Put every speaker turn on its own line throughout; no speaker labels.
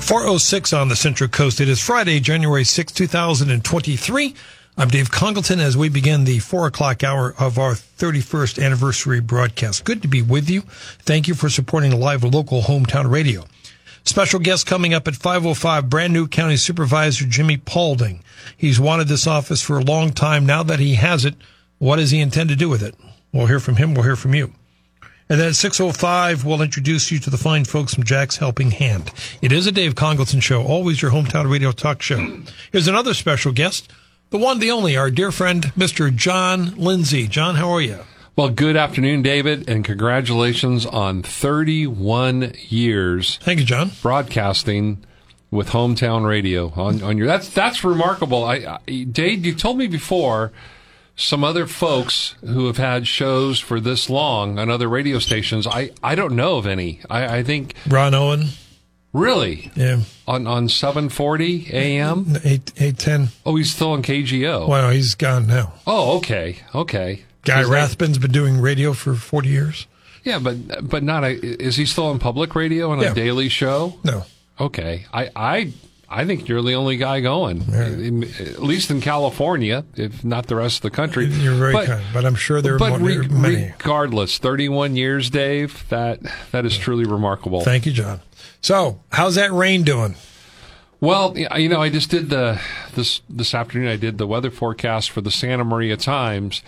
Four oh six on the Central Coast. It is Friday, January sixth, two 2023. I'm Dave Congleton as we begin the four o'clock hour of our 31st anniversary broadcast. Good to be with you. Thank you for supporting live local hometown radio. Special guest coming up at 505, brand new county supervisor Jimmy Paulding. He's wanted this office for a long time. Now that he has it, what does he intend to do with it? We'll hear from him. We'll hear from you. And then at 6.05, we'll introduce you to the fine folks from Jack's Helping Hand. It is a Dave Congleton show, always your hometown radio talk show. Here's another special guest, the one, the only, our dear friend, Mr. John Lindsay. John, how are you?
Well, good afternoon, David, and congratulations on 31 years
Thank you, John.
broadcasting with hometown radio on, on your. That's that's remarkable. I, I Dave, you told me before some other folks who have had shows for this long on other radio stations. I, I don't know of any. I, I think
Ron Owen.
really
Yeah.
on on 7:40 a.m.
8, 810.
Oh, he's still on KGO.
Wow, he's gone now.
Oh, okay, okay.
Guy Rathbun's been doing radio for 40 years.
Yeah, but but not a. Is he still on public radio on a
Yeah.
daily show?
No.
Okay, I I I think you're the only guy going, In- at least in California, if not the rest of the country.
You're very
But-
kind, but I'm sure there are
But
more-
re-
there are many.
regardless, 31 years, Dave. That that is truly remarkable.
Thank you, John. So, how's that rain doing?
Well, y- you know, I just did the this this afternoon. I did the weather forecast for the Santa Maria Times,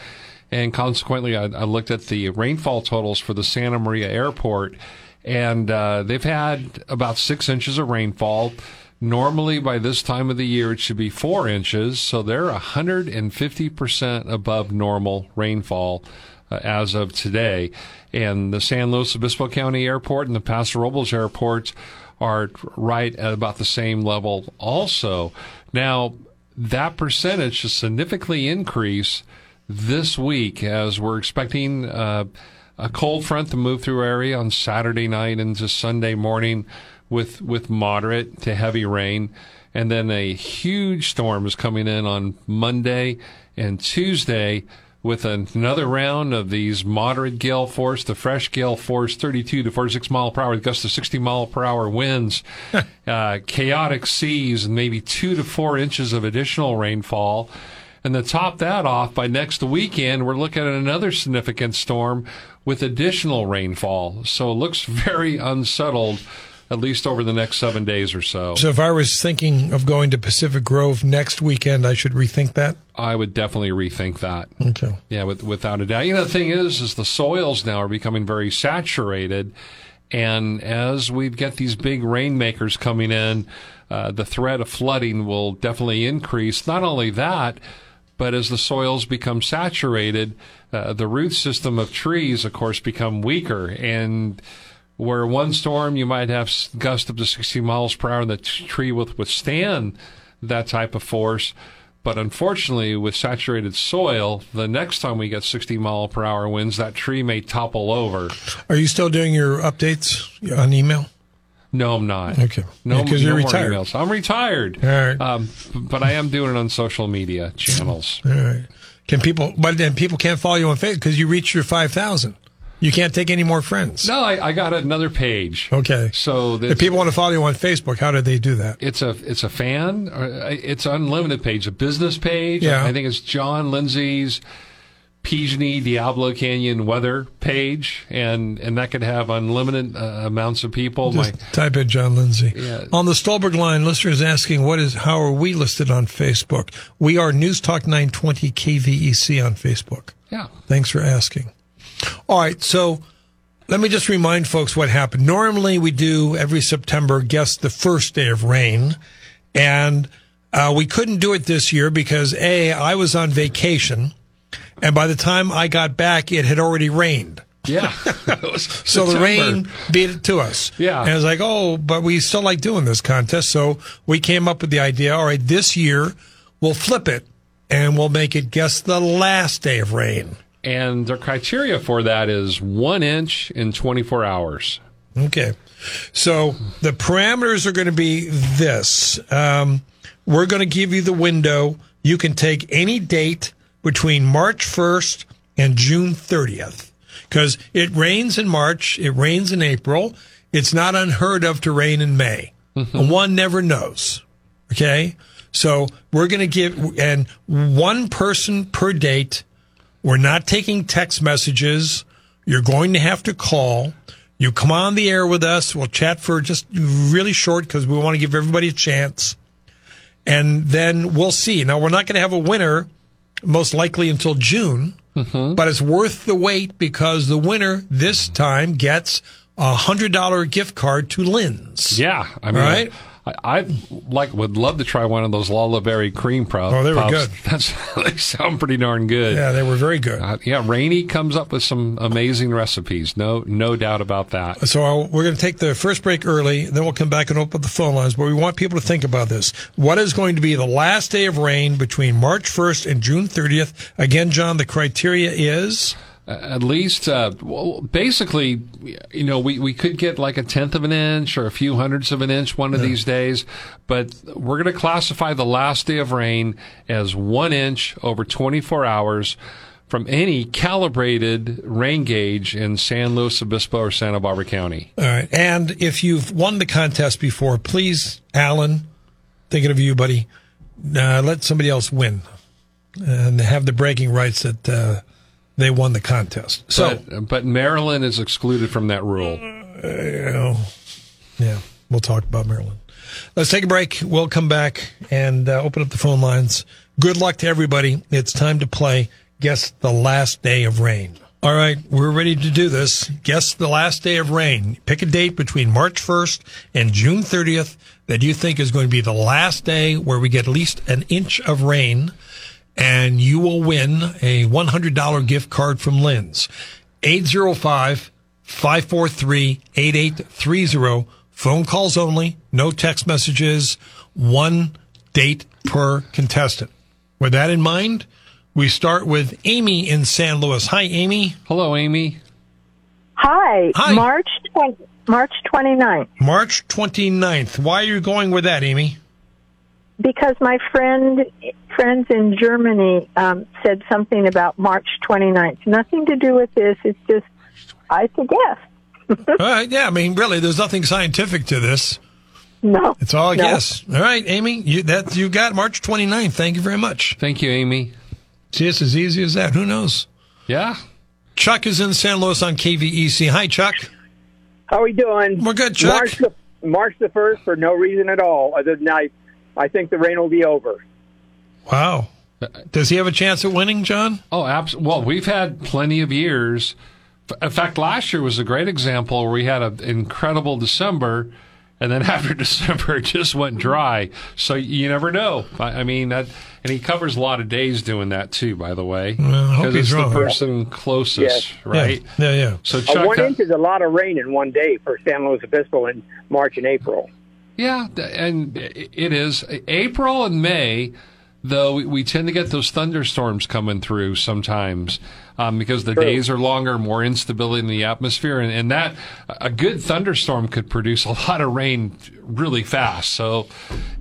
and consequently, I, I looked at the rainfall totals for the Santa Maria Airport, and uh, they've had about six inches of rainfall. Normally, by this time of the year, it should be four inches, so they're 150% above normal rainfall uh, as of today. And the San Luis Obispo County Airport and the Paso Robles Airport are right at about the same level also. Now, that percentage should significantly increase this week as we're expecting uh, a cold front to move through our area on Saturday night into Sunday morning with with moderate to heavy rain. And then a huge storm is coming in on Monday and Tuesday with another round of these moderate gale force to fresh gale force, 32 to 46 mile per hour, gusts to 60 mile per hour winds, uh, chaotic seas, and maybe two to four inches of additional rainfall. And to top that off, by next weekend, we're looking at another significant storm with additional rainfall. So it looks very unsettled, at least over the next seven days or so.
So, if I was thinking of going to Pacific Grove next weekend, I should rethink that.
I would definitely rethink that.
Okay.
Yeah, with, without a doubt. You know, the thing is, is the soils now are becoming very saturated, and as we've got these big rainmakers coming in, uh, the threat of flooding will definitely increase. Not only that, but as the soils become saturated, uh, the root system of trees, of course, become weaker and where one storm you might have s- gusts up to 60 miles per hour and the t- tree will withstand that type of force. But unfortunately, with saturated soil, the next time we get 60 mile per hour winds, that tree may topple over.
Are you still doing your updates on email?
No, I'm not.
Okay.
No,
Yeah, 'cause
no
you're
more
retired.
emails. I'm retired.
All right.
Um, but I am doing it on social media channels.
All right. Can people? But then people can't follow you on Facebook because you reached your five thousand. You can't take any more friends.
No, I, I got another page.
Okay.
So
If
that's
people want to follow you on Facebook, how do they do that?
it's a it's a fan or it's unlimited page a business page
Yeah.
i think it's john lindsay's PG&E Diablo Canyon weather page, and and that could have unlimited uh, amounts of people. My
Just type in John Lindsay.
Yeah.
On the Stolberg line, listeners asking, what is how are we listed on Facebook? We are News Talk 920 KVEC E on Facebook.
yeah,
Thanks for asking. All right, so let me just remind folks what happened. Normally, we do every September guess the first day of rain, and uh, we couldn't do it this year because a I was on vacation, and by the time I got back, it had already rained.
Yeah.
So the rain beat it to us.
Yeah.
And it's like, oh, but we still like doing this contest. So we came up with the idea, all right, this year we'll flip it and we'll make it guess the last day of rain.
And their criteria for that is one inch in 24 hours.
Okay. So the parameters are going to be this. Um, we're going to give you the window. You can take any date between March 1st and June 30th because it rains in March, it rains in April. It's not unheard of to rain in May. And One never knows. Okay. So we're going to give, and one person per date. We're not taking text messages. You're going to have to call. You come on the air with us. We'll chat for just really short because we want to give everybody a chance. And then we'll see. Now, we're not going to have a winner most likely until June, but it's worth the wait because the winner this time gets a $100 gift card to Lynn's.
Yeah. I mean,
Right.
I, I like would love to try one of those Lala Berry cream puffs.
Oh, they were good.
That's, they sound pretty darn good.
Yeah, they were very good.
Uh, yeah, Rainey comes up with some amazing recipes. No, no doubt about that.
So I'll, we're going to take the first break early, then we'll come back and open up the phone lines. But we want people to think about this. What is going to be the last day of rain between March 1st and June 30th? Again, John, the criteria is
at least uh, well, basically you know we, we could get like a tenth of an inch or a few hundredths of an inch one of these days but we're going to classify the last day of rain as one inch over 24 hours from any calibrated rain gauge in san luis obispo or santa barbara county
all right. And if you've won the contest before, please, Alan, thinking of you, buddy, uh, let somebody else win and have the breaking rights that uh, they won the contest. So.
but, but maryland is excluded from that rule
Yeah. Yeah. We'll talk about Maryland. Let's take a break. We'll come back and uh, open up the phone lines. Good luck to everybody. It's time to play Guess the Last Day of Rain. All right, we're ready to do this. Guess the last day of rain. Pick a date between March 1st and June 30th that you think is going to be the last day where we get at least an inch of rain and you will win a $100 gift card from Lynn's. 805 543 8830. Phone calls only, no text messages, one date per contestant. With that in mind, we start with Amy in San Luis. Hi, Amy.
hello amy
Hi.
Hi.
March 20, March 29th
March 29th. Why are you going with that, Amy?
because my friend friends in Germany um, said something about March 29th. Nothing to do with this. It's just I suggest.
All right, yeah, I mean, really, there's nothing scientific to this.
No.
It's all a
no.
guess. All right, Amy, you, that, you got March 29th. Thank you very much.
thank you amy
See, it's as easy as that. Who knows?
yeah
Chuck is in San Luis on KVEC. Hi, Chuck.
How we doing?
We're good, Chuck.
March the, March the 1st for no reason at all, other than I, I think the rain will be over.
Wow. Does he have a chance at winning, John?
Oh, abs- well, we've had plenty of years. F- In fact, last year was a great example where we had an incredible December, and then after December, it just went dry. So you never know. I, I mean, that, and he covers a lot of days doing that too. By the way,
I hope
'Cause
he's
it's
wrong.
the person closest,
Yes.
right?
Yeah, yeah. yeah.
So
Uh,
Chuck,
one
that-
inch is a lot of rain in one day for San Luis Obispo in March and April.
Yeah, th- and i- it is April and May, though we- we tend to get those thunderstorms coming through sometimes um, because the days are longer, more instability in the atmosphere, and, and that a good thunderstorm could produce a lot of rain really fast. So,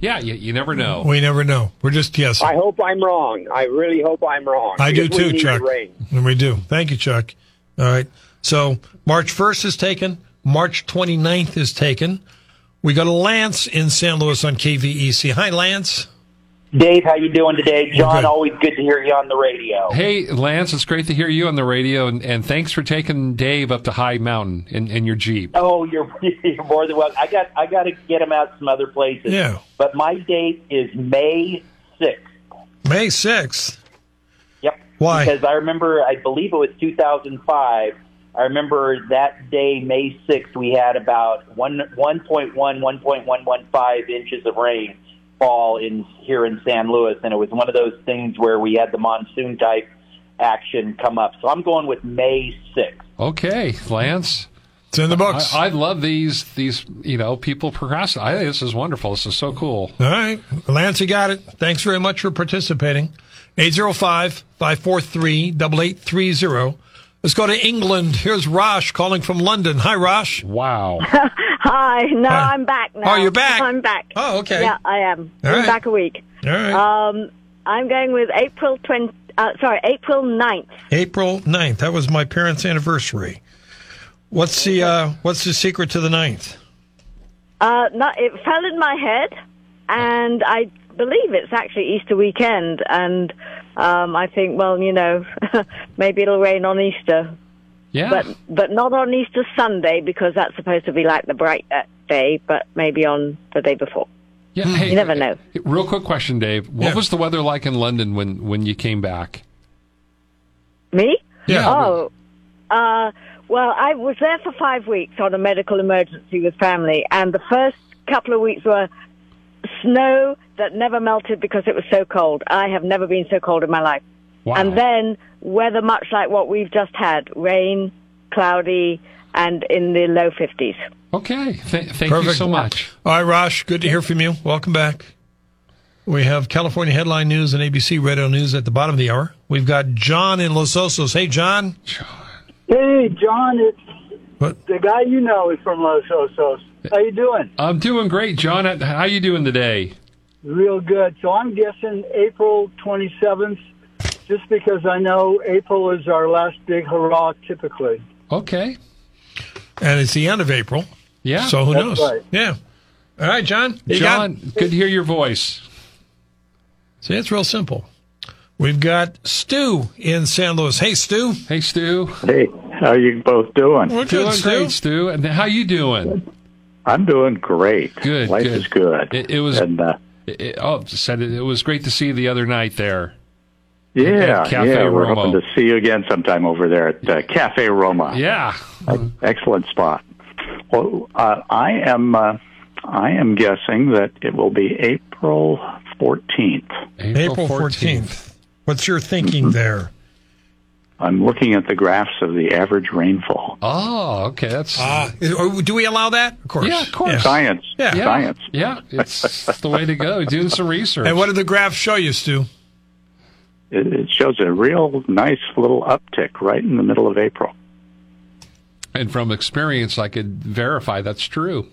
yeah, you, you never know.
We never know. We're just guessing.
I hope I'm wrong. I really hope I'm wrong.
I do
because we
too,
need
Chuck.
The rain.
And we do. Thank you, Chuck. All right. So March 1st is taken. March 29th is taken. We go to Lance in San Luis on KVEC. Hi, Lance.
Dave, how you doing today? John,
good.
always good to hear you on the radio.
Hey, Lance, it's great to hear you on the radio, and, and thanks for taking Dave up to High Mountain in, in your Jeep.
Oh, you're you're more than welcome. I got I got to get him out some other places.
Yeah.
But my date is May sixth.
May 6th.
Yep.
Why?
Because I remember, I believe it was 2005. I remember that day, May 6th, we had about one, 1.1, 1.115 inches of rain fall in here in San Luis, and it was one of those things where we had the monsoon type action come up. So I'm going with May 6th.
Okay, Lance.
It's in the books.
I, I love these these you know people procrastinate. I think this is wonderful. This is so cool.
All right. Lance, you got it. Thanks very much for participating. 805-543-8830. Let's go to England. Here's Rosh calling from London. Hi, Rosh.
Wow.
Hi. No,
Hi.
I'm back now.
Oh, you're back.
I'm back.
Oh, okay.
Yeah, I am.
All
I'm
right.
back a week.
All right.
Um, I'm going with April 20, uh, sorry, April 9th.
April 9th. That was my parents' anniversary. What's the uh, what's the secret to the 9th?
Uh, no, it fell in my head, and I believe it's actually Easter weekend, and um, I think, well, you know, maybe it'll rain on Easter,
Yeah.
but but not on Easter Sunday because that's supposed to be like the bright uh, day, but maybe on the day before.
yeah. Hey,
You never know.
Real quick question, Dave. What
Yeah.
was the weather like in London when when you came back?
Me?
Yeah.
Oh, uh, well, I was there for five weeks on a medical emergency with family, and the first couple of weeks were snow that never melted because it was so cold. I have never been so cold in my life.
Wow.
And then weather much like what we've just had rain, cloudy, and in the low 50s.
Okay. Th- thank you
Perfect.
so much.
All right, Rosh, good to hear from you. Welcome back. We have California headline news and ABC radio news at the bottom of the hour. We've got John in Los Osos. Hey, John.
Hey, John, it's
What?
the guy you know is from Los Osos. How you doing?
I'm doing great, John. How you doing today?
Real good. So I'm guessing April 27th, just because I know April is our last big hurrah typically.
Okay.
And it's the end of April,
Yeah.
so who
That's
knows?
right.
Yeah. All right, John. You got it?
John, good to hear your voice.
See, it's real simple. We've got Stu in San Luis. Hey, Stu.
Hey, Stu.
Hey, how you both doing?
We're
Doing
good, Stu.
great, Stu. And how you doing?
I'm doing great.
Good,
Life
good.
is good.
It- it was-
And, uh,
It- it- oh, said it, it was great to see you the other night there.
yeah,
at Cafe
yeah. We're
Roma.
hoping to see you again sometime over there at uh, Cafe Roma.
Yeah.
Excellent spot. Well, uh, I am. Uh, I am guessing that it will be April 14th.
April 14th. What's your thinking
Mm-hmm.
there?
I'm looking at the graphs of the average rainfall.
Oh, okay. That's
Uh, do we allow that? Of course.
Yeah, of course.
Science.
Yeah.
yeah,
Science.
Yeah, it's the way to go. Doing some research.
And what did the graph show you, Stu?
It, it shows a real nice little uptick right in the middle of April.
and from experience, I could verify that's true.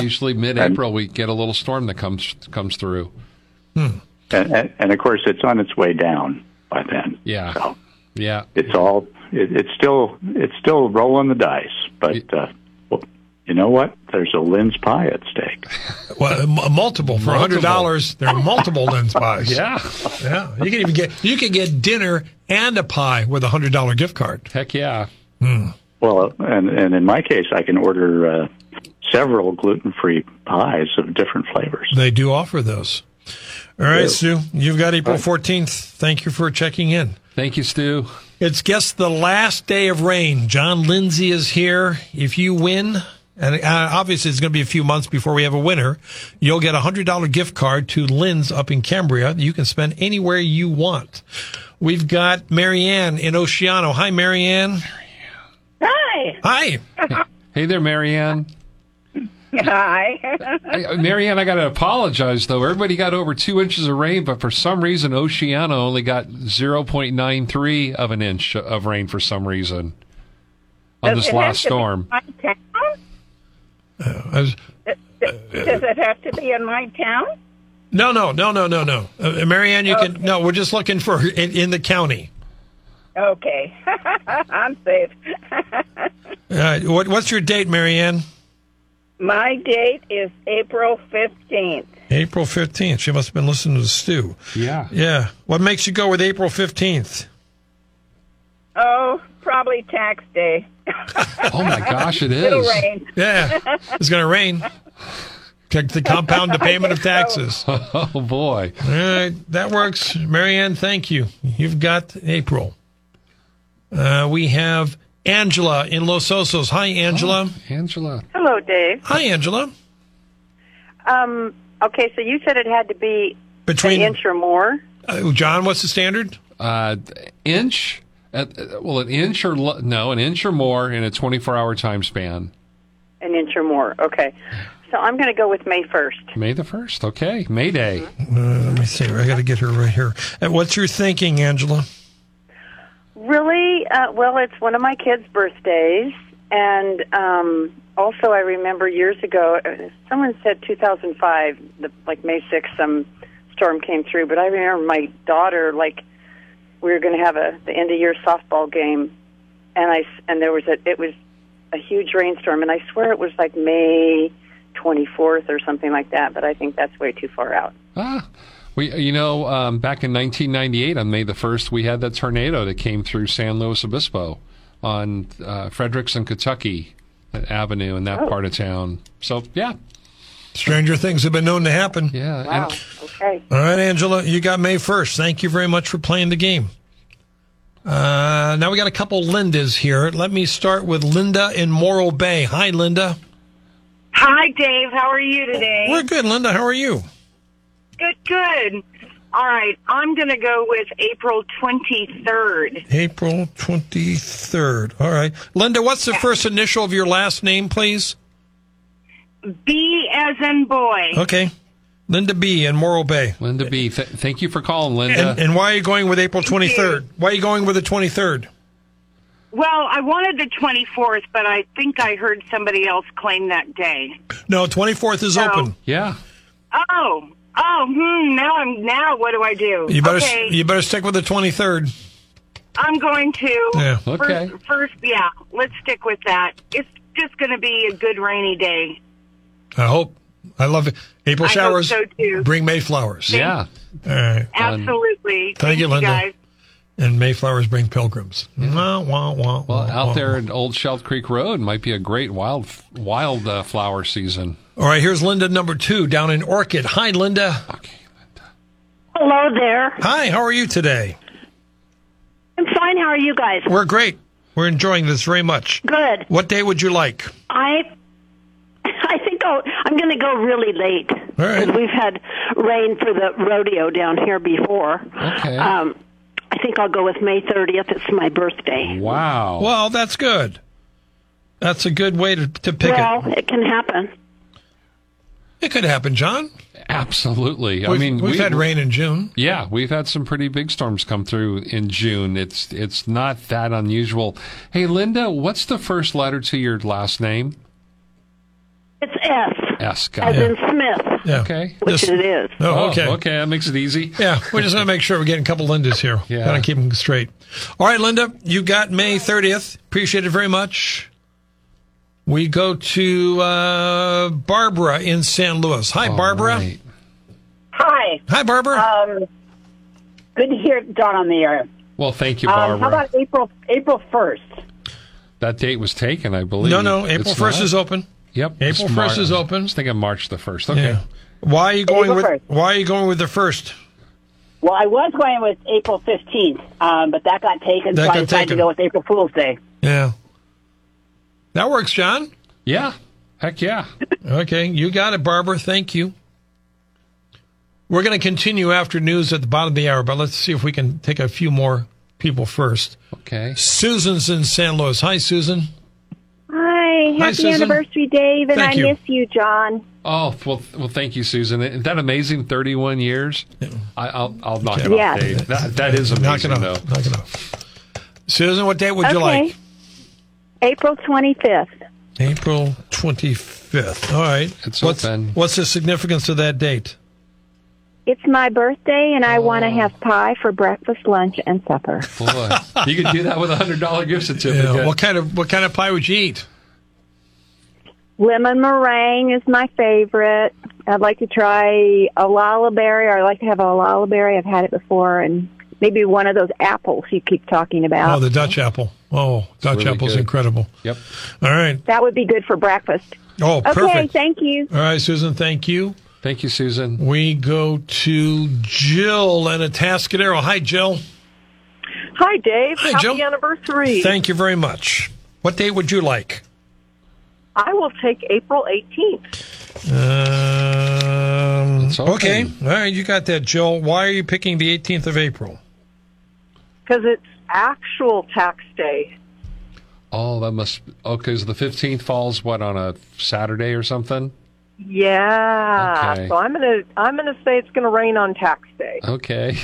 Usually, mid-April, we get a little storm that comes comes through.
And, and, and of course, it's on its way down by then.
Yeah.
So
Yeah,
it's all it, it's still it's still rolling the dice, but uh, well, you know what? There's a lens pie at stake.
Well, m- multiple for hundred dollars. There are multiple lens pies.
yeah.
yeah. You can even get you can get dinner and a pie with a hundred dollar gift card.
Heck yeah.
Well, and and in my case, I can order uh, several gluten free pies of different flavors.
They do offer those. All right, Stu. You've got April fourteenth. Thank you for checking in.
Thank you, Stu.
It's guess the last day of rain. John Lindsay is here. If you win, and uh, obviously it's going to be a few months before we have a winner, you'll get a hundred dollar gift card to Lynn's up in Cambria. You can spend anywhere you want. We've got Marianne in Oceano. Hi, Marianne.
Hi.
Hi.
Hey there, Marianne.
Hi.
I, Marianne, I got to apologize though. Everybody got over two inches of rain, but for some reason, Oceano only got zero point nine three of an inch of rain for some reason on
Does
this
it
last
have to be
storm.
in My town?
I was-
Does it have to be in my town?
no, no, no, no, no, no. Uh, Marianne, you can. No, we're just looking for in, in the county.
Okay. I'm safe.
Uh, what, what's your date, Marianne?
my date is April 15th.
April fifteenth. She must have been listening to Stu.
Yeah.
Yeah. What makes you go with April fifteenth?
Oh, probably tax day.
Oh my gosh, it
It'll
is.
rain.
Yeah, it's going to rain. Check the compound the payment of taxes. All
Oh boy.
right, that works. Marianne, thank you. You've got April. Uh, we have Angela in Los Osos. Hi, Angela.
Oh. Angela.
Hello, Dave.
Hi, Angela.
Um, okay, so you said it had to be an
Between
inch or more.
uh, John, what's the standard?
uh, inch. At, uh, well, an inch or lo- no, an inch or more in a 24-hour time span.
An inch or more. Okay. So I'm going to go with May 1st.
May the first. Okay, May Day.
Uh, let me see. I got to get her right here. And what's your thinking, Angela?
Really? Uh, well, it's one of my kids' birthdays. And um, also, I remember years ago, uh, someone said 2005, the, like May 6th, some storm came through. But I remember my daughter, like, we were going to have a the end of year softball game, and I s- and there was a it was a huge rainstorm, and I swear it was like May 24th or something like that. But I think that's way too far out.
Ah, we you know um, back in 1998 on May the first we had that tornado that came through San Luis Obispo on uh, Frederickson, Kentucky that Avenue in that part of town. So yeah,
Stranger things have been known to happen.
yeah. and-
Wow. Okay.
All right, Angela, you got May 1st. Thank you very much for playing the game. Uh, now we got a couple Lindas here. Let me start with Linda in Morro Bay. Hi, Linda.
Hi, Dave. How are you today?
We're good, Linda. How are you?
Good, good. All right, I'm going to go with April 23rd.
April 23rd. All right. Linda, what's the first initial of your last name, please?
B as in boy.
Okay. Linda B in Morro Bay.
Linda B, th- thank you for calling, Linda.
And, and why are you going with April 23rd? Why are you going with the 23rd?
Well, I wanted the 24th, but I think I heard somebody else claim that day.
No, 24th is
No.
open.
yeah,
Oh, oh, hmm, now I'm, now what do I do?
You better
okay,
you better stick with the 23rd.
I'm going to.
Yeah.
Okay.
First, first, yeah, let's stick with that. It's just going to be a good rainy day.
I hope. I love it. April
I hope
showers
so, too.
bring Mayflowers.
yeah.
All right.
Absolutely. Thank,
you, Linda.
guys.
And Mayflowers bring pilgrims. Wah, wah, wah,
Well,
wah,
out
wah,
there at Old Shell Creek Road might be a great wild wild uh, flower season.
wah. All right, here's Linda number two down in Orchid. Hi, Linda.
Okay, Linda.
Hello there.
Hi, how are you today?
I'm fine. How are you guys?
We're great. We're enjoying this very much.
Good.
What day would you like?
I I think I'll, I'm going to go really late
All right.
because we've had rain for the rodeo down here before.
Okay.
Um, I think I'll go with May 30th. It's my birthday.
Wow.
Well, that's good. That's a good way to, to pick
well,
it.
it. can happen.
It could happen, John.
Absolutely. I
We've-
mean,
we've
we-
had rain in June.
Yeah, we've had some pretty big storms come through in June. It's it's not that unusual. Hey, Linda, what's the first letter to your last name?
It's S,
S. Got
as
it.
in Smith,
Yeah.
Okay.
which
This-
it is.
Oh,
Oh,
okay.
Okay, that makes it easy.
Yeah, we just want to make sure we're getting a couple Lindas here.
Yeah.
Gotta keep them straight. All right, Linda, you got May 30th. Appreciate it very much. We go to uh, Barbara in San Luis. Hi, Barbara.
All right.
Hi.
Hi, Barbara.
Uh,
Um, good to hear John on the air.
Well, thank you,
Um,
Barbara.
how about April April first?
that date was taken, I believe.
no, no, April
It's
1st
not?
is open.
Yep. it's
April 1st is
Mar-
open.
I was thinking March the first. Okay.
Yeah. Why are you going
April
with
1st.
Why are you going with the first?
Well, I was going with April fifteenth, um, but that got taken,
That
so
got
I decided
taken.
to go with April Fool's Day.
Yeah, that works, John.
Yeah. Heck yeah.
Okay, you got it, Barbara. Thank you. We're going to continue after news at the bottom of the hour, but let's see if we can take a few more people first.
Okay.
Susan's in San Luis. Hi, Susan.
Hi, happy
Susan.
anniversary, Dave, and
Thank
I
you.
miss you, John.
Oh well, th- well. Thank you, Susan. Isn't that amazing? Thirty-one years. I, I'll I'll knock it
Yes.
off, Dave. That, that is
Knock
amazing,
it off.
though.
Knock it off. Susan, what date would you
okay.
like?
April 25th.
April 25th. All right.
It's
what's,
open.
What's the significance of that date?
It's my birthday, and I
Oh.
want to have pie for breakfast, lunch, and supper.
Boy, you could do that with a hundred dollar gift certificate.
Yeah, Uh, what kind of what kind of pie would you eat?
Lemon meringue is my favorite. I'd like to try a lalaberry, or I'd like to have a lalaberry. I've had it before, and maybe one of those apples you keep talking about.
Oh, the Dutch apple. Oh, Dutch
really
apple's
good.
incredible.
Yep.
All right.
that would be good for breakfast.
Oh,
Okay,
perfect.
thank you.
All right, Susan, thank you.
Thank you, Susan.
We go to Jill and a Atascadero. Hi, Jill.
Hi, Dave.
Hi,
Happy
Jill.
anniversary.
Thank you very much. What date would you like?
I will take April 18th.
Um,
It's open.
okay. All right, you got that, Jill. Why are you picking the 18th of April?
Because it's actual tax day.
Oh, that must. Okay, so the 15th falls, what, on a Saturday or something?
Yeah.
Okay.
So I'm gonna I'm gonna say it's gonna rain on tax day.
Okay.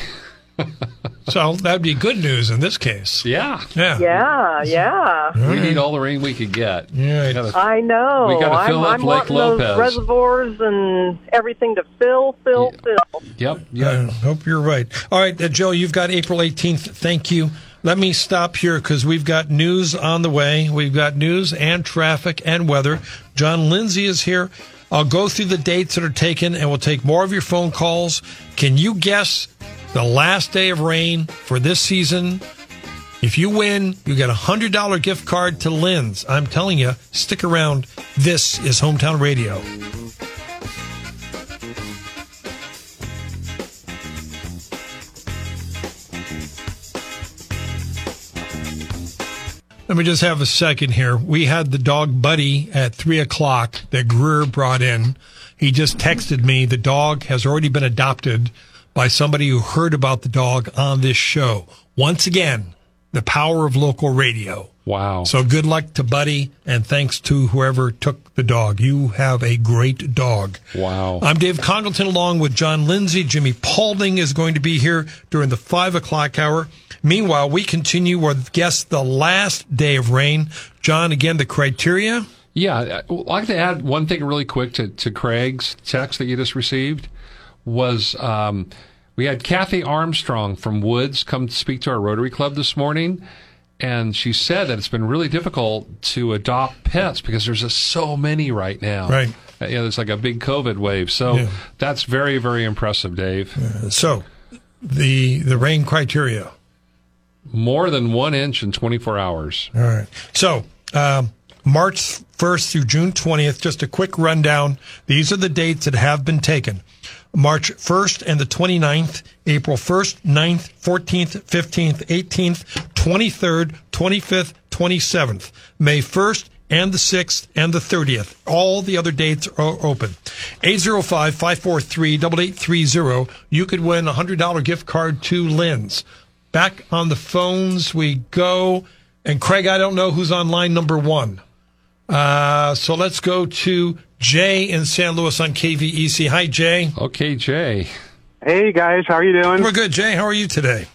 so that'd be good news in this case.
Yeah.
Yeah.
Yeah, yeah.
We need all the rain we could get.
Yeah.
I know.
We gotta fill
I'm,
up
I'm
Lake
wanting
Lopez.
those reservoirs and everything to fill, fill, fill.
Yep.
Yeah. hope you're right. All right, uh, Joe, you've got April 18th. Thank you. Let me stop here because we've got news on the way. We've got news and traffic and weather. John Lindsay is here. I'll go through the dates that are taken and we'll take more of your phone calls. Can you guess the last day of rain for this season? If you win, you get a $100 gift card to Lynn's. I'm telling you, stick around. This is Hometown Radio. Let me just have a second here. We had the dog Buddy at three o'clock that Greer brought in. He just texted me the dog has already been adopted by somebody who heard about the dog on this show. Once again, the power of local radio.
Wow.
So good luck to Buddy and thanks to whoever took the dog. You have a great dog.
Wow.
I'm Dave Congleton along with John Lindsay. Jimmy Paulding is going to be here during the five o'clock hour. Meanwhile, we continue with guess the last day of rain. John, again, the criteria.
Yeah, I'd like to add one thing really quick to, to Craig's text that you just received was um, we had Kathy Armstrong from Woods come speak to our Rotary Club this morning, and she said that it's been really difficult to adopt pets because there's just so many right now.
Right.
Uh, You know, it's like a big COVID wave. So
Yeah.
that's very, very impressive, Dave.
So the the rain criteria.
More than one inch in 24 hours.
All right. So, um, March 1st through June 20th, just a quick rundown. These are the dates that have been taken. March 1st and the 29th, April 1st, 9th, 14th, 15th, 18th, 23rd, 25th, 27th, May 1st and the 6th and the 30th. All the other dates are open. 805-543-8830. You could win a $100 gift card to Lynn's. Back on the phones we go. And Craig, I don't know who's on line number one. Uh, so let's go to Jay in San Luis on KVEC. Hi, Jay.
Okay, Jay.
Hey guys, how are you doing?
We're good, Jay. How are you today?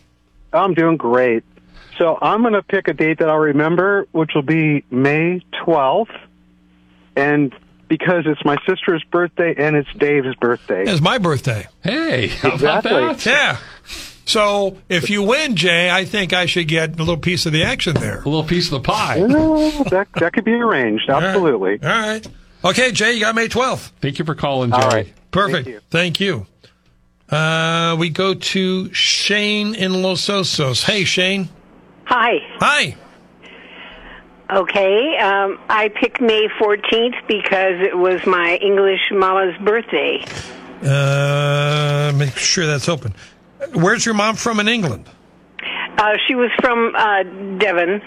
I'm doing great. So I'm going to pick a date that I'll remember, which will be May 12th, and because it's my sister's birthday and it's Dave's birthday.
It's my birthday.
Hey,
how about Exactly. that?
Yeah. So if you win, Jay, I think I should get a little piece of the action there. A
little piece of the pie.
Well, that that could be arranged, absolutely.
All right. Okay, Jay, you got May 12th.
Thank you for calling, Jay.
All right.
Perfect. Thank you. Uh, we go to Shane in Los Osos. Hey, Shane.
Hi.
Hi.
Okay. Um, I picked May 14th because it was my English mama's birthday.
Uh, make sure that's open. Where's your mom from in England?
Uh, she was from uh, Devon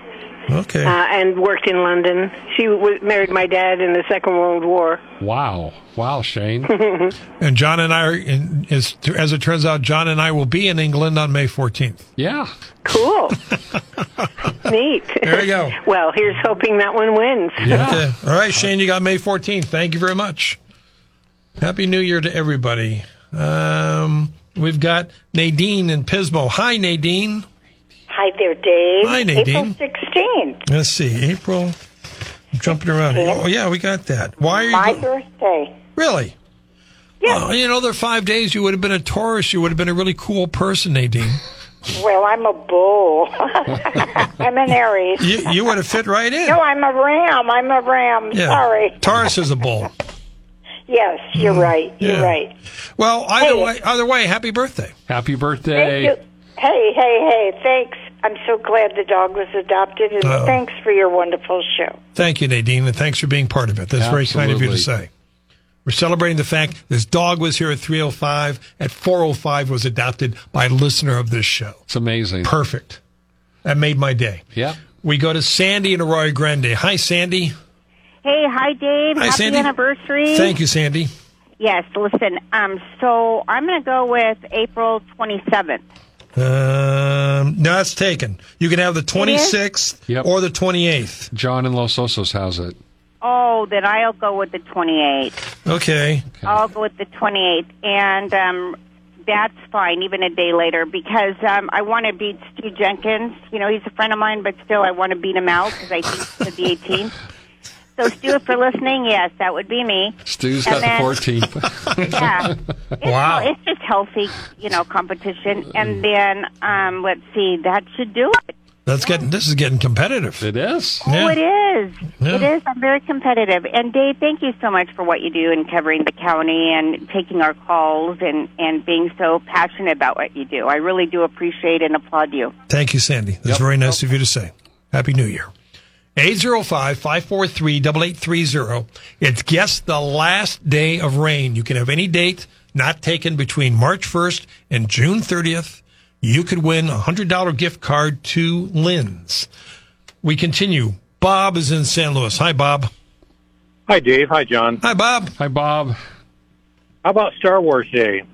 Okay.
uh, and worked in London. She was, married my dad in the Second World War.
Wow. Wow, Shane.
And John and I, are in, as, as it turns out, John and I will be in England on May 14th.
Yeah.
Cool. Neat.
There you go.
well, here's hoping that one wins.
Okay. All right, Shane, you got May 14th. Thank you very much. Happy New Year to everybody. Um, we've got Nadine in Pismo. Hi, Nadine.
Hi there, Dave.
Hi, Nadine.
April 16th.
Let's see. April. I'm jumping around. here. Oh, yeah, we got that. Why are you.
My
go-
birthday.
really? Yeah. Oh, you know, there are five days. You would have been a Taurus. You would have been a really cool person, Nadine.
Well, I'm a bull. I'm an Aries.
You, you would have fit right in.
No, I'm a ram. I'm a ram.
Yeah.
Sorry.
Taurus is a bull.
Yes, you're right. You're
Mm-hmm. yeah.
right.
Well, either way, either way, happy birthday.
Happy
Thank
birthday.
you. Hey, hey, hey. Thanks. I'm so glad the dog was adopted, and
Oh.
thanks for your wonderful show.
Thank you, Nadine, and thanks for being part of it. That's very kind of you to
Absolutely.
say. We're celebrating the fact this dog was here at 305, at 405 was adopted by a listener of this show.
It's amazing.
Perfect. That made my day.
Yeah.
We go to Sandy in Arroyo Grande. Hi, Sandy.
Hey, hi, Dave.
Hi,
Happy
Sandy.
anniversary.
Thank you, Sandy.
Yes, listen, um, so I'm going to go with April 27th.
Um, no, that's taken. You can have the 26th or the 28th.
John in Los Osos has it.
Oh, then I'll go with the 28th.
Okay.
I'll go with the 28th, and um, that's fine, even a day later, because um, I want to beat Stu Jenkins. You know, he's a friend of mine, but still, I want to beat him out because I think it's the 18th. So, Stu, if you're listening, yes, that would be me.
Stu's
And
got the
then-
14th.
Yeah. It's, wow. It's just healthy, you know, competition. And then, um, let's see, that should do it.
That's getting. This is getting competitive.
It is.
Oh, it is.
Yeah.
It is. I'm very competitive. And Dave, thank you so much for what you do in covering the county and taking our calls and, and being so passionate about what you do. I really do appreciate and applaud you.
Thank you, Sandy. That's very nice of you to say. Happy New Year. 805-543-8830. It's guess the last day of rain. You can have any date not taken between March 1st and June 30th. You could win a $100 gift card to Lynn's. We continue. Bob is in San Luis. Hi, Bob.
Hi, Dave. Hi, John.
Hi, Bob.
Hi, Bob.
How about Star Wars Day?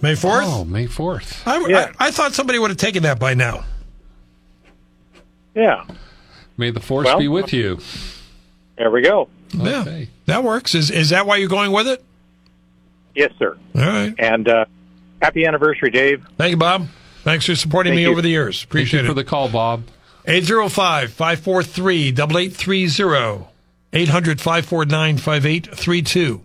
May 4th? Oh,
May 4th.
I, I, I thought somebody would have taken that by now.
Yeah.
May the force
Well-
be with you.
There we go.
Yeah, that works. Is, is that why you're going with it?
Yes, sir.
All right.
And uh, happy anniversary, Dave.
Thank you, Bob. Thanks for supporting
Thank
me
you.
over the years. Appreciate
Thank you
it.
for the call, Bob.
805 543 8830. 800 549 5832.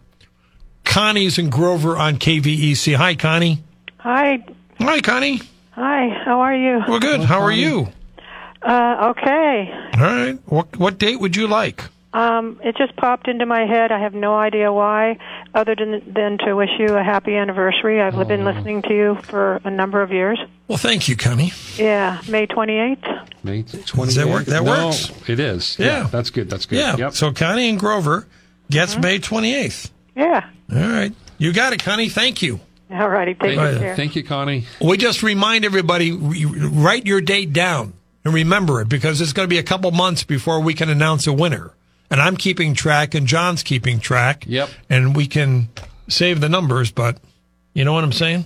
Connie's in Grover on KVEC. Hi, Connie.
Hi.
Hi, Connie.
Hi. How are you?
We're good. How are you?
Uh, okay.
All right. What, what date would you like?
Um, it just popped into my head. I have no idea why, other than than to wish you a happy anniversary. I've been
Oh.
listening to you for a number of years.
Well, thank you, Connie.
Yeah, May twenty eighth.
May 28th.
Does that work? That
No,
works.
It is.
Yeah.
That's good. That's good.
Yeah. So Connie and Grover gets May 28th.
Yeah.
All right. You got it, Connie. Thank you.
All righty. Take
Thank you.
care.
Thank you, Connie.
We just remind everybody re- write your date down and remember it because it's going to be a couple months before we can announce a winner. And I'm keeping track and John's keeping track. Yep. And we can save the numbers, but you know what I'm saying?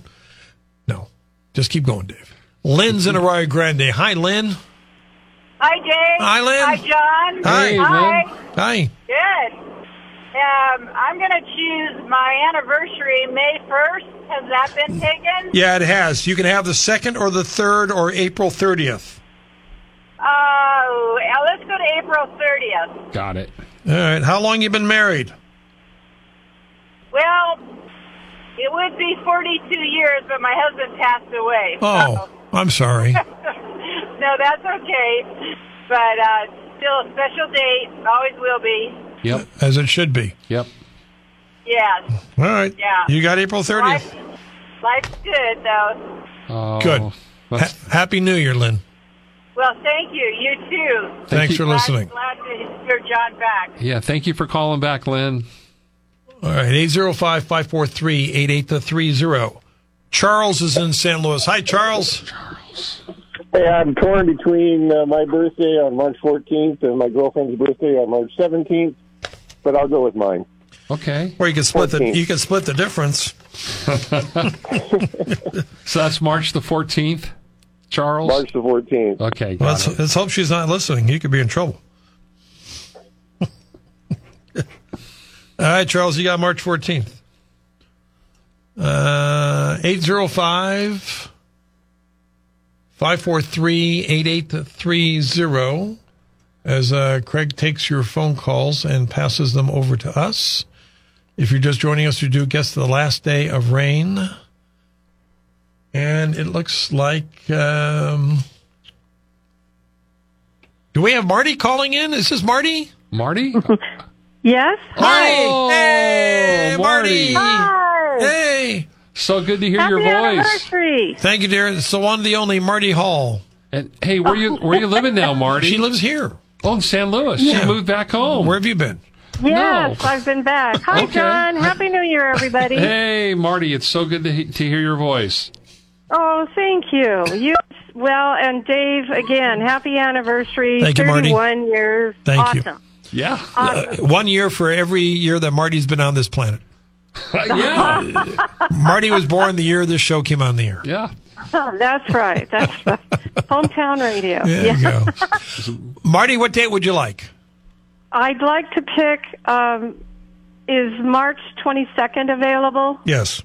No. Just keep going, Dave. Lynn's in Arroyo Grande. Hi, Lynn.
Hi, Dave.
Hi, Lynn.
Hi, John.
Hi.
Hi.
Hi.
Good. Um, I'm going to choose my anniversary, May 1st. Has that been taken?
Yeah, it has. You can have the second or the third or April 30th.
Oh, uh, let's go to April 30th.
Got it.
All right. How long you been married?
Well, it would be 42 years, but my husband passed away.
Oh, I'm sorry.
no, that's okay. But uh, still a special date. Always will be.
Yep.
As it should be.
Yep.
Yes.
All right.
Yeah.
You got April 30th.
Life, life's good, though.
Oh,
Good. Ha- Happy New Year, Lynn.
Well, thank you. You too.
Thanks for
Glad-
listening.
Glad to hear John back.
Yeah. Thank you for calling back, Lynn.
All right, 805 543 8830. Charles is in San Luis. Hi, Charles.
Hey, I'm torn between uh, my birthday on March 14th and my girlfriend's birthday on March 17th, but I'll go with mine.
Okay.
Or you can split the
14th.
you can split the difference.
So that's March the 14th, Charles? March
the 14th.
Okay.
Well,
Got
let's, let's hope she's not listening. You could be in trouble. All right, Charles, you got March 14th. Uh, 805 543 8830 as uh, Craig takes your phone calls and passes them over to us. If you're just joining us, you do guess the last day of rain. And it looks like. Um, do we have Marty calling in? Is this Marty?
Marty?
Yes.
Hi.
Oh,
Hey,
Marty.
Marty.
Hi.
Hey.
So good to hear your voice.
Thank you, dear. It's the one, the only Marty Hall.
And hey, where you where you living now, Marty?
She lives here.
Oh, in San Luis.
Yeah.
She moved back home.
Where have you been?
Yes, I've been back. Hi,
Okay.
John. Happy New Year, everybody.
Hey, Marty, it's so good to, he- to hear your voice.
Oh, thank you. You well, and Dave again. Happy anniversary.
Thank you, Marty.
Thirty-one years.
Thank you.
awesome.
Yeah.
Uh, one year for every year that Marty's been on this planet.
yeah.
Marty was born the year this show came on the air.
Yeah.
Oh, that's right. That's right. hometown radio.
There you go. Marty, what date would you like?
I'd like to pick. Um, is March 22nd available?
Yes.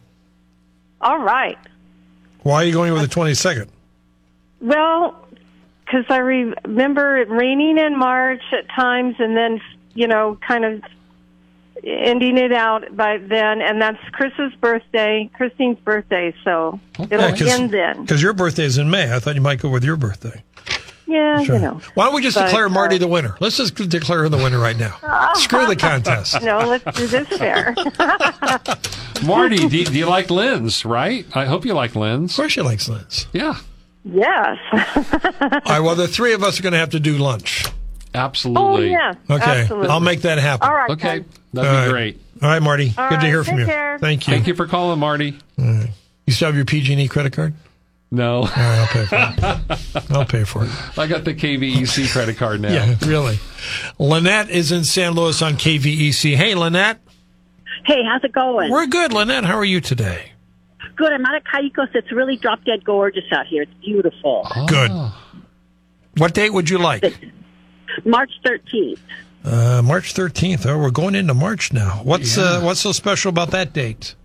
All right.
Why are you going with the 22nd?
Well, because I re- remember it raining in March at times, and then you know, kind of ending it out by then, and that's Chris's birthday, Christine's birthday, so it'll end then.
Because your birthday is in May. I thought you might go with your birthday.
Yeah,
Sure.
you know.
Why don't we just
But,
declare Marty
uh,
the winner? Let's just declare her the winner right now. Screw the contest.
No, let's do this fair.
Marty, do, do you like lens, right? I hope you like lens. Of
course she likes lens.
Yeah.
yes.
All right, well, the three of us are going to have to do lunch.
Oh,
Absolutely.
yeah.
Okay.
Absolutely.
I'll make that happen.
All right.
Okay.
then.
That'd
All
be
right.
great.
All right, Marty.
All
Good to
right,
hear from
take
you.
care.
Thank you.
Thank you for calling, Marty.
All right. You still have your PG&E E credit card?
No.
All right, I'll pay for it. I'll pay for it.
I got the KVEC credit card now.
Yeah, really. Lynette is in San Luis on KVEC. Hey, Lynette.
Hey, how's it going?
We're good, Lynette. How are you today?
Good. I'm out at Caicos. It's really drop dead gorgeous out here. It's beautiful.
Ah.
Good. What date would you like?
March 13th.
Uh, March 13th. Oh, we're going into March now. What's uh, what's so special about that date?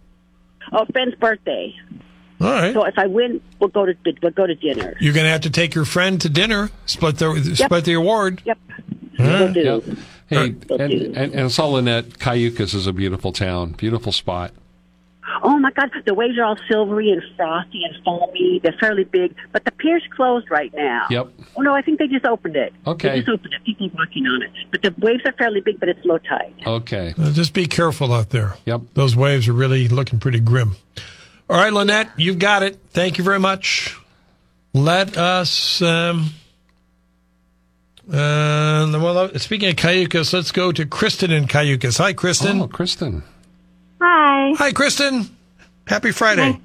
Oh, friend's birthday.
All right.
So if I win, we'll go to we'll go to dinner.
You're going to have to take your friend to dinner, split the split the award.
Yep.
Hmm,
Yep. Hey, and, and, and Solinette, Cayucas is a beautiful town, beautiful spot.
Oh my God, the waves are all silvery and frothy and foamy. They're fairly big, but the pier's closed right now.
Yep.
Oh no, I think they just opened it.
Okay.
They just opened it. People are walking on it, but the waves are fairly big, but it's low tide.
Okay.
Uh, just be careful out there.
Yep.
Those waves are really looking pretty grim. All right, Lynette, you've got it. Thank you very much. Let us. Um, uh, well, speaking of Cayucas, let's go to Kristen in Cayucas. Hi, Kristen. Oh,
Kristen.
Hi.
Hi, Kristen. Happy Friday.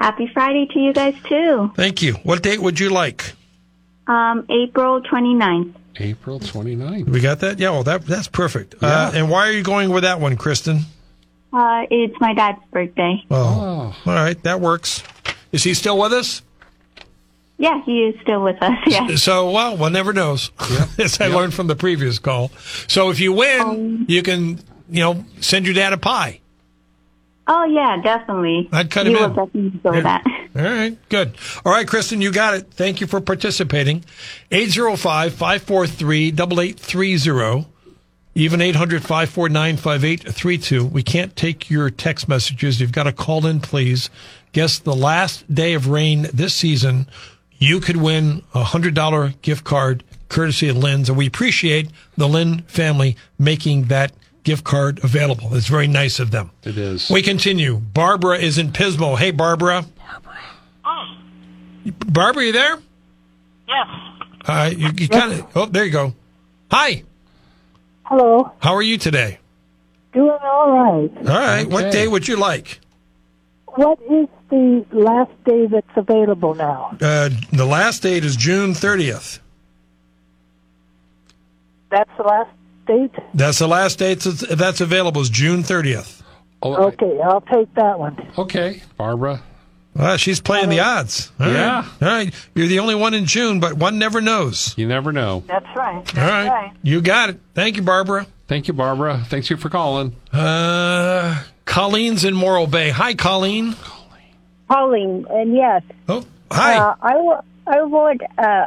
Happy Friday to you guys too.
Thank you. What date would you like?
Um, April 29th.
April 29th.
We got that? Yeah, well, that, that's perfect. Uh, and why are you going with that one, Kristen?
Uh, it's my dad's birthday.
Oh. All right, that works. Is he still with us?
Yeah, he is still with us. Yeah.
So, well, one never knows. As I learned from the previous call. So, if you win, you can, you know, send your dad a pie.
Oh yeah, definitely.
I'd cut
he
him
will
in.
definitely enjoy that.
All right, good. All right, Kristen, you got it. Thank you for participating. 805 543 8830. Even 800 549 5832. We can't take your text messages. You've got to call in, please. Guess the last day of rain this season. You could win a $100 gift card courtesy of Lynn's. And we appreciate the Lynn family making that gift card available. It's very nice of them.
It is.
We continue. Barbara is in Pismo. Hey, Barbara. Barbara. Barbara, you there?
Yes.
Uh, you you kind of. Oh, there you go. Hi.
Hello.
How are you today?
Doing all right.
All right. What day would you like?
What is the last day that's available now?
Uh, the last date is June 30th.
That's the last date?
That's the last date that's, that's available is June 30th.
okay, I'll take that one.
Oh, Okay. Barbara.
Well, she's playing the odds. All right.
Yeah.
All right. You're the only one in June, but one never knows.
You never know.
That's right.
All right. You got it. Thank you, Barbara.
Thank you, Barbara. Thanks you for calling.
Uh, Colleen's in Morro Bay. Hi, Colleen.
Pauline, and yes.
Oh, hi.
Uh, I wa- I would uh,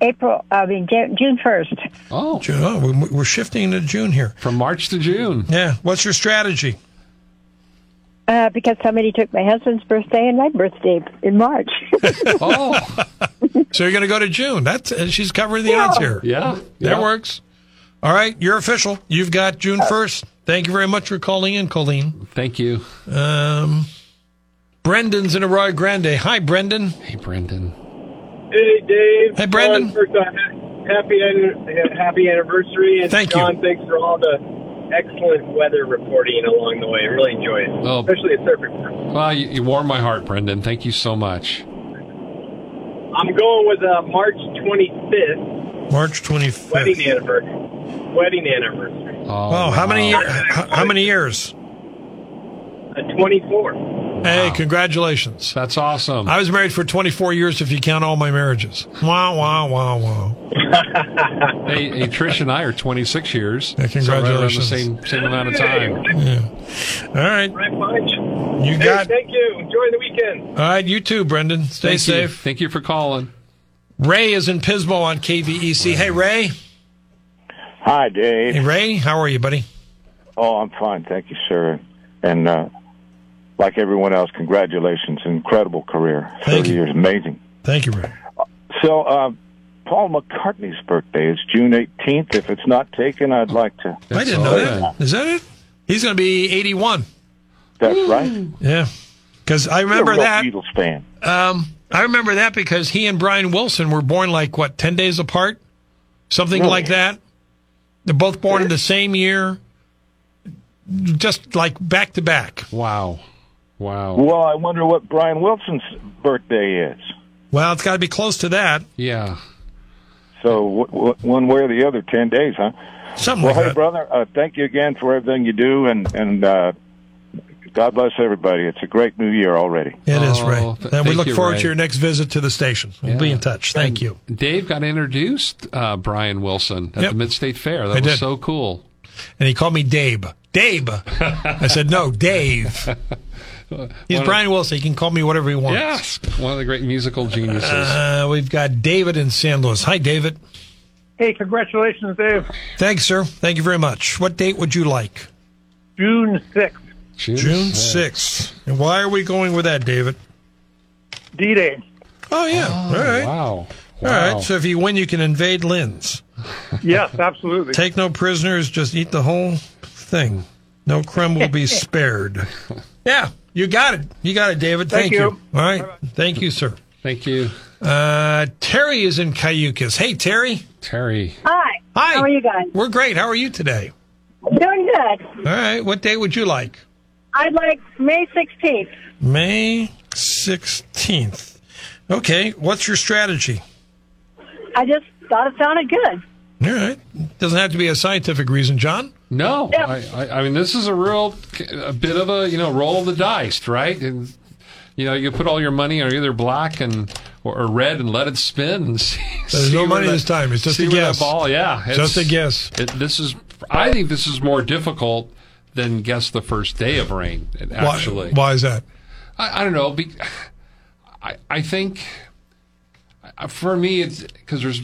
April. I mean Jan- June first.
Oh.
June, oh, we- we're shifting to June here.
From March to June.
Yeah. What's your strategy?
Uh, because somebody took my husband's birthday and my birthday in March.
oh.
So you're going to go to June. That's uh, she's covering the odds here.
Yeah. Uh,
That works. All right, you're official. You've got June 1st. Thank you very much for calling in, Colleen.
Thank you.
Um, Brendan's in Arroyo Grande. Hi, Brendan.
Hey, Brendan.
Hey, Dave.
Hey, Brendan.
John, first off, happy an- happy anniversary, and
Thank you.
John, thanks for all the excellent weather reporting along the way. I really enjoy it,
Oh.
especially the surf report.
Well, you, you warm my heart, Brendan. Thank you so much.
I'm going with uh, March 25th
March 25th.
wedding anniversary. Wedding anniversary.
Oh, how many how, how many years?
Uh, 24.
Hey, congratulations.
That's awesome.
I was married for 24 years if you count all my marriages. Wow, wow, wow, wow.
Hey, hey, Trish and I are 26 years.
congratulations.
So right around the same, same amount of time.
All right.
Right behind you.
You
Hey,
got-
Thank you. Enjoy the weekend.
All right, you too, Brendan. Stay
Thank you.
safe.
Thank you for calling.
Ray is in Pismo on KVEC. Hey, Ray.
Hi, Dave.
Hey, Ray. How are you, buddy?
Oh, I'm fine. Thank you, sir. And uh, like everyone else, congratulations. Incredible career. 30 years. Amazing.
Thank you, Ray.
So, uh, Paul McCartney's birthday is June 18th. If it's not taken, I'd like to.
I didn't know that. Is that it? He's going to be 81.
That's right.
Yeah. Because I Mm. remember
You're a real
that.
Beatles fan.
Um, I remember that because he and Brian Wilson were born like, what, 10 days apart? Something
Really?
like that. They're both born in the same year, just like back to back.
Wow. Wow.
Well, I wonder what Brian Wilson's birthday is.
Well, it's got to be close to that.
Yeah.
So, w- w- one way or the other, 10 days, huh?
Something
well,
like
hey,
that.
brother, uh, thank you again for everything you do, and, and uh, God bless everybody. It's a great new year already.
It is, Ray.
Oh, th-
and we
thank
look
you,
forward
Ray.
to your next visit to the station. We'll be in touch. Thank you.
Dave got introduced uh, Brian Wilson at
Yep.
the Mid State Fair. That
I
was
did.
so cool.
And he called me Dave. Dave. I said, no, Dave. He's
One of-
Brian Wilson. He can call me whatever he wants.
Yes. One of the great musical geniuses.
Uh, we've got David in San Luis. Hi, David.
Hey, congratulations, Dave.
Thanks, sir. Thank you very much. What date would you like?
June 6th,
June,
June 6th. And why are we going with that, David?
D Day.
Oh, yeah. All right.
Wow.
All right. So if you win, you can invade Lynn's.
Yes, absolutely.
Take no prisoners, just eat the whole thing. No crumb will be spared. Yeah, you got it. You got it, David. Thank,
Thank
you.
you.
All right. Thank you, sir.
Thank you.
Uh, Terry is in Cayucas. Hey, Terry.
Terry.
Hi.
Hi. How are
you guys?
We're great. How are you today?
Doing good.
All right. What day would you like?
I'd like May 16th.
May 16th. Okay. What's your strategy?
I just thought it sounded good.
All right. Doesn't have to be a scientific reason, John.
No, I, I, I mean this is a real a bit of a you know roll of the dice, right? And, you know, you put all your money on either black and or, or red and let it spin. And see,
There's
see
no
where
money
that-
this time. It's just
see
a
where that
guess.
ball, yeah,
Just a guess.
It, this is, I think, this is more difficult than guess the first day of rain.
Why-
Actually,
Why, is that?
I, I don't know. Be, I I think I- for me it's because there's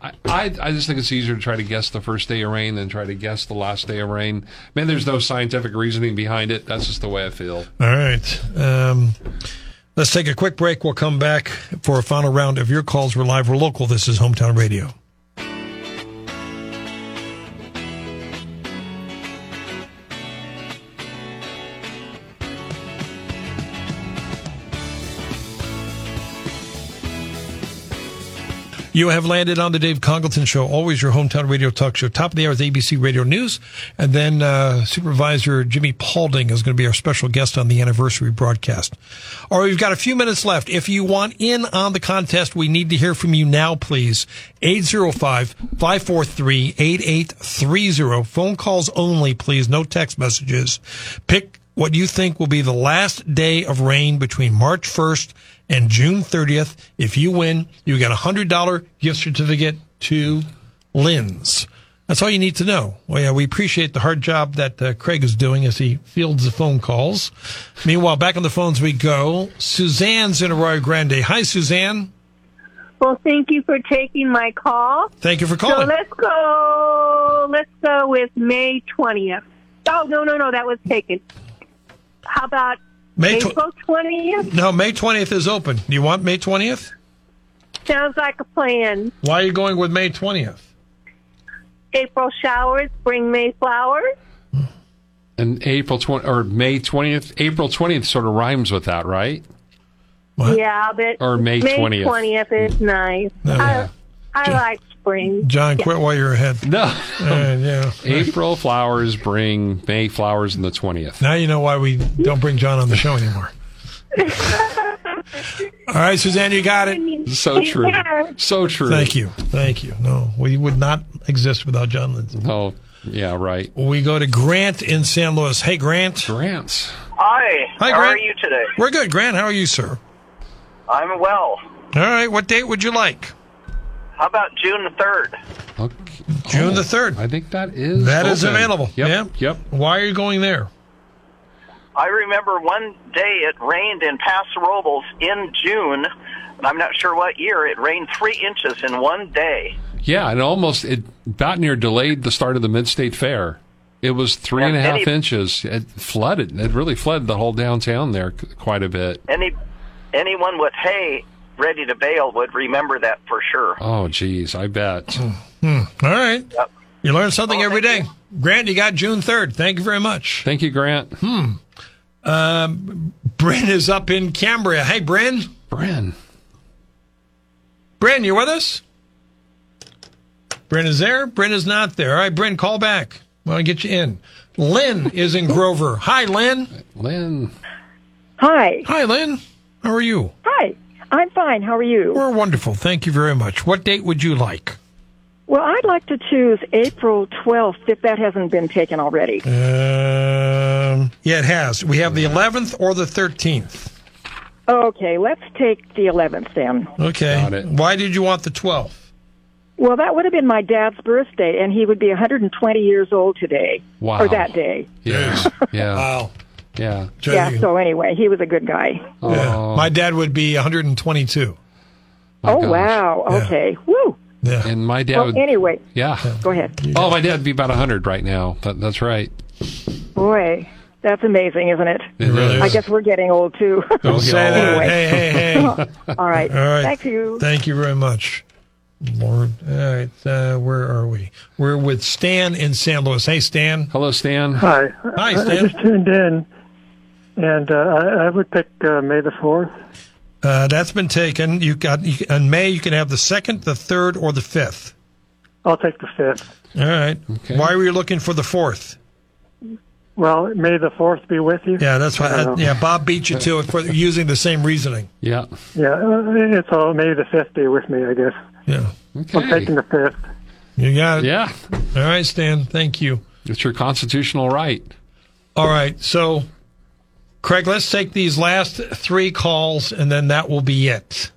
I, I I just think it's easier to try to guess the first day of rain than try to guess the last day of rain. Man, there's no scientific reasoning behind it. That's just the way I feel.
All right. Um, let's take a quick break. We'll come back for a final round of your calls. We're live. We're local. This is Hometown Radio. You have landed on the Dave Congleton Show, always your hometown radio talk show. Top of the hour is ABC Radio News. And then uh, Supervisor Jimmy Paulding is going to be our special guest on the anniversary broadcast. All right, we've got a few minutes left. If you want in on the contest, we need to hear from you now, please. 805 543 8830. Phone calls only, please. No text messages. Pick what you think will be the last day of rain between March 1st and June 30th. If you win, you get a $100 gift certificate to Lynn's. That's all you need to know. Well, yeah, we appreciate the hard job that uh, Craig is doing as he fields the phone calls. Meanwhile, back on the phones we go. Suzanne's in Arroyo Grande. Hi, Suzanne.
Well, thank you for taking my call.
Thank you for
So
calling.
let's go. Let's go with May twentieth. Oh no, no, no, that was taken. How about
May tw-
April twentieth?
No, May 20th is open. Do you want May 20th?
Sounds like a plan.
Why are you going with May 20th?
April showers bring May flowers.
And April twenty or May twentieth, April twentieth sort of rhymes with that, right?
Yeah, but
Or May 20th.
twentieth is nice.
Oh,
I, I like spring.
John, quit while you're ahead. Uh,
No.
yeah.
April flowers bring May flowers in the twentieth.
Now you know why we don't bring John on the show anymore. All right, Suzanne, you got it.
So true. So true.
Thank you. Thank you. No, we would not exist without John Lindsay.
Oh, yeah, right.
We go to Grant in San Luis. Hey, Grant.
Grant.
I
Hi.
Hi,
How
Grant.
are you today?
We're good, Grant. How are you, sir?
I'm well.
All right. What date would you like?
How about June the 3rd?
June the third.
I think that is
that is
open.
available. Yep.
Yep.
Why are you going there?
I remember one day it rained in Paso Robles in June. and I'm not sure what year. It rained three inches in one day.
Yeah, it almost it about near delayed the start of the mid-state fair. It was three and a
And
half
any-
inches. It flooded. It really flooded the whole downtown there c- quite a bit.
Any anyone with hay ready to bail would remember that for sure.
Oh, geez, I bet.
Hmm. All right. You learn something every day. Grant, you got June 3rd. Thank you very much.
Thank you, Grant.
Hmm. Um, Bryn is up in Cambria. Hey, Bryn.
Bryn.
Bryn, you with us? Bryn is there. Bryn is not there. All right, Bryn, call back. I want to get you in. Lynn is in Grover. Hi, Lynn.
Lynn.
Hi. Hi, Lynn. How are you?
Hi, I'm fine. How are you?
We're wonderful. Thank you very much. What date would you like?
Well, I'd like to choose April 12th if that hasn't been taken already.
Um, yeah, it has. We have the 11th or the 13th.
Okay, let's take the 11th then.
Okay. Why did you want the 12th?
Well, that would have been my dad's birthday, and he would be 120 years old today.
Wow.
Or that day.
Yeah. yeah.
Wow.
Yeah.
yeah, so anyway, he was a good guy.
Yeah. My dad would be 122.
oh, wow. Okay. Woo.
Yeah.
And my dad
Well,
would.
anyway,
Yeah.
go ahead.
Oh, my dad'd be about hundred right now. That, that's right.
Boy, that's amazing, isn't it?
It really
I
is.
guess we're getting old, too.
Don't say that.
Anyway.
Hey, hey, hey.
All right.
All right.
Thank you.
Thank you very much. Lord. All right. Uh, where are we? We're with Stan in San Luis. Hey, Stan.
Hello, Stan.
Hi. Hi,
I, I
Stan.
just tuned in, and uh, I, I would pick uh, May the fourth.
Uh, that's been taken. You got you, in May. You can have the second, the third, or the fifth.
I'll take the fifth.
All right. Why were you looking for the fourth?
Well, may the fourth be with you.
Yeah, that's why.
I don't know.
yeah, Bob beat you to it for using the same reasoning.
Yeah.
Yeah, uh, it's all may the fifth be with me. I guess.
Yeah.
I'm taking the fifth.
You got it.
Yeah.
All right, Stan. Thank you.
It's your constitutional right.
All right. So, Craig, let's take these last three calls, and then that will be it.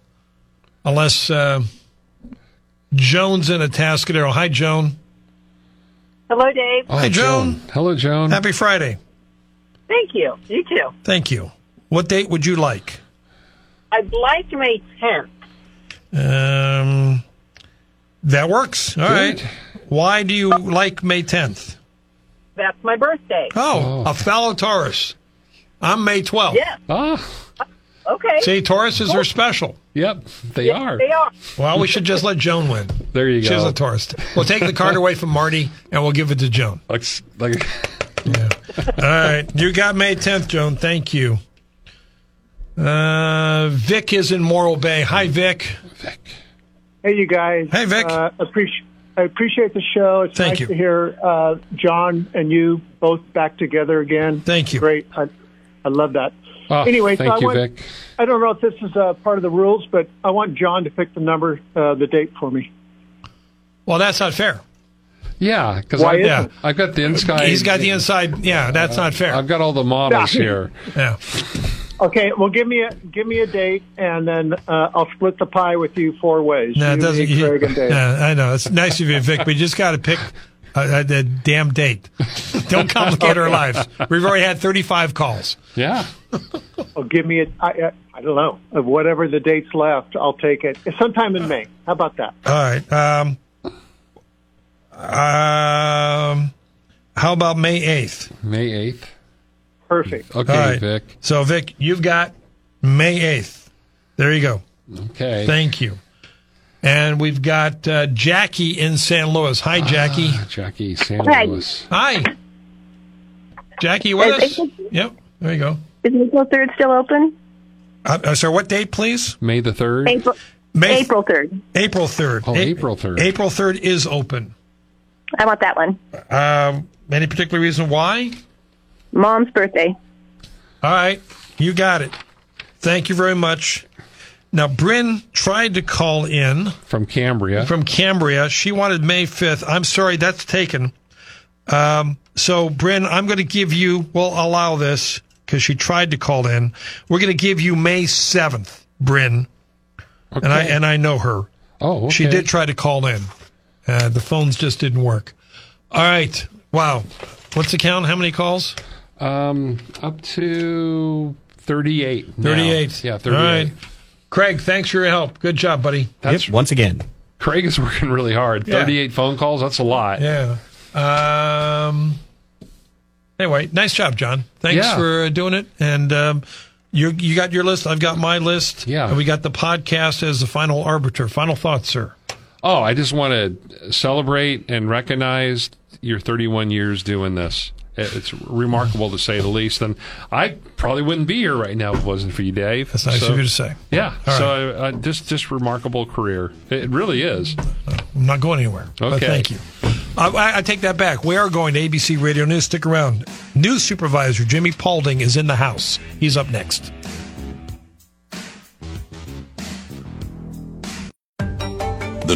Unless uh, Joan's in Atascadero. Hi, Joan.
Hello, Dave.
Hi, Joan.
Hello, Joan.
Happy Friday.
Thank you. You too.
Thank you. What date would you like?
I'd like May 10th.
Um, that works. All right. Why do you like May 10th?
That's my birthday.
Oh, a fellow Taurus. I'm May 12th.
Yeah. Okay.
See, Tauruses are special.
Ah, Yep, they
Yes, are. they are.
Well, we should just let Joan win.
There you
She's
go.
a Taurus. We'll take the card away from Marty and we'll give it to Joan.
Like, like
All right. You got May 10th, Joan. Thank you. Uh, Vic is in Morro Bay. Hi, Vic.
Hey, you guys. Hey, Vic. Uh, appreciate. I appreciate the show. It's
Thank
nice
you.
to hear uh, John and you both back together again.
Thank you.
Great. I, I love that.
Oh,
anyway,
thank
so I,
you,
want,
Vic.
I don't know if this is uh, part of the rules, but I want John to pick the number, uh, the date for me.
Well, that's not fair.
Yeah, because
Why
I,
isn't
yeah,
it?
I've got the inside.
He's got the inside. Yeah, that's not fair.
I've got all the models here.
Yeah.
Okay. Well, give me a give me a date, and then uh, I'll split the pie with you four ways.
No, it
You,
doesn't.
me,
you-
Craig, and Dave.
yeah, I know. It's nice of you, Vic, but you just got to pick a, a, a damn date. Don't complicate our lives. We've already had 35 calls.
Yeah.
Oh, give me a. I, I, I don't know. Of whatever the date's left, I'll take it. Sometime in May. How about that?
All right. Um, um, how about May 8th?
May 8th.
Perfect.
Okay,
All right.
Vic.
So, Vic, you've got May 8th. There you go.
Okay.
Thank you. And we've got uh, Jackie in San Luis. Hi, Jackie.
Ah. Jackie, San
Hi.
Luis.
Hi. Jackie, you with
Is
us? Yep. There you go.
Is April 3rd still open?
Uh, uh, so, what date, please?
May the 3rd.
April,
May-
April 3rd.
April 3rd.
Oh,
A-
April 3rd.
April 3rd is open.
I want that one.
Um, any particular reason why?
Mom's birthday.
All right. You got it. Thank you very much. Now, Bryn tried to call in
from Cambria.
From Cambria. She wanted May 5th. I'm sorry, that's taken. Um, so, Bryn, I'm going to give you, we'll allow this. because she tried to call in. We're going to give you May 7th, Bryn. And I and I know her.
Oh,
She
okay.
did try to call in. Uh, the phones just didn't work. All right. Wow. What's the count? How many calls?
Um, up to 38. now.
38.
Yeah, 38.
All right. Craig, thanks for your help. Good job, buddy.
That's- Yep,
once again.
Craig is working really hard.
Yeah.
38 phone calls, that's a lot.
Yeah. Um. Anyway, nice job, John. Thanks
Yeah.
for doing it. And um, you you got your list. I've got my list. Yeah. And we got the podcast as the final arbiter. Final thoughts, sir.
Oh, I just want to celebrate and recognize your 31 years doing this. It- It's remarkable to say the least. And I probably wouldn't be here right now if it wasn't for you, Dave. That's
nice of you to say.
Yeah.
All
so uh, uh, just just remarkable career. It really is.
I'm not going anywhere. But
Okay.
thank you. I- I, I take that back. We are going to ABC Radio News. Stick around. News supervisor Jimmy Paulding is in the house. He's up next.
The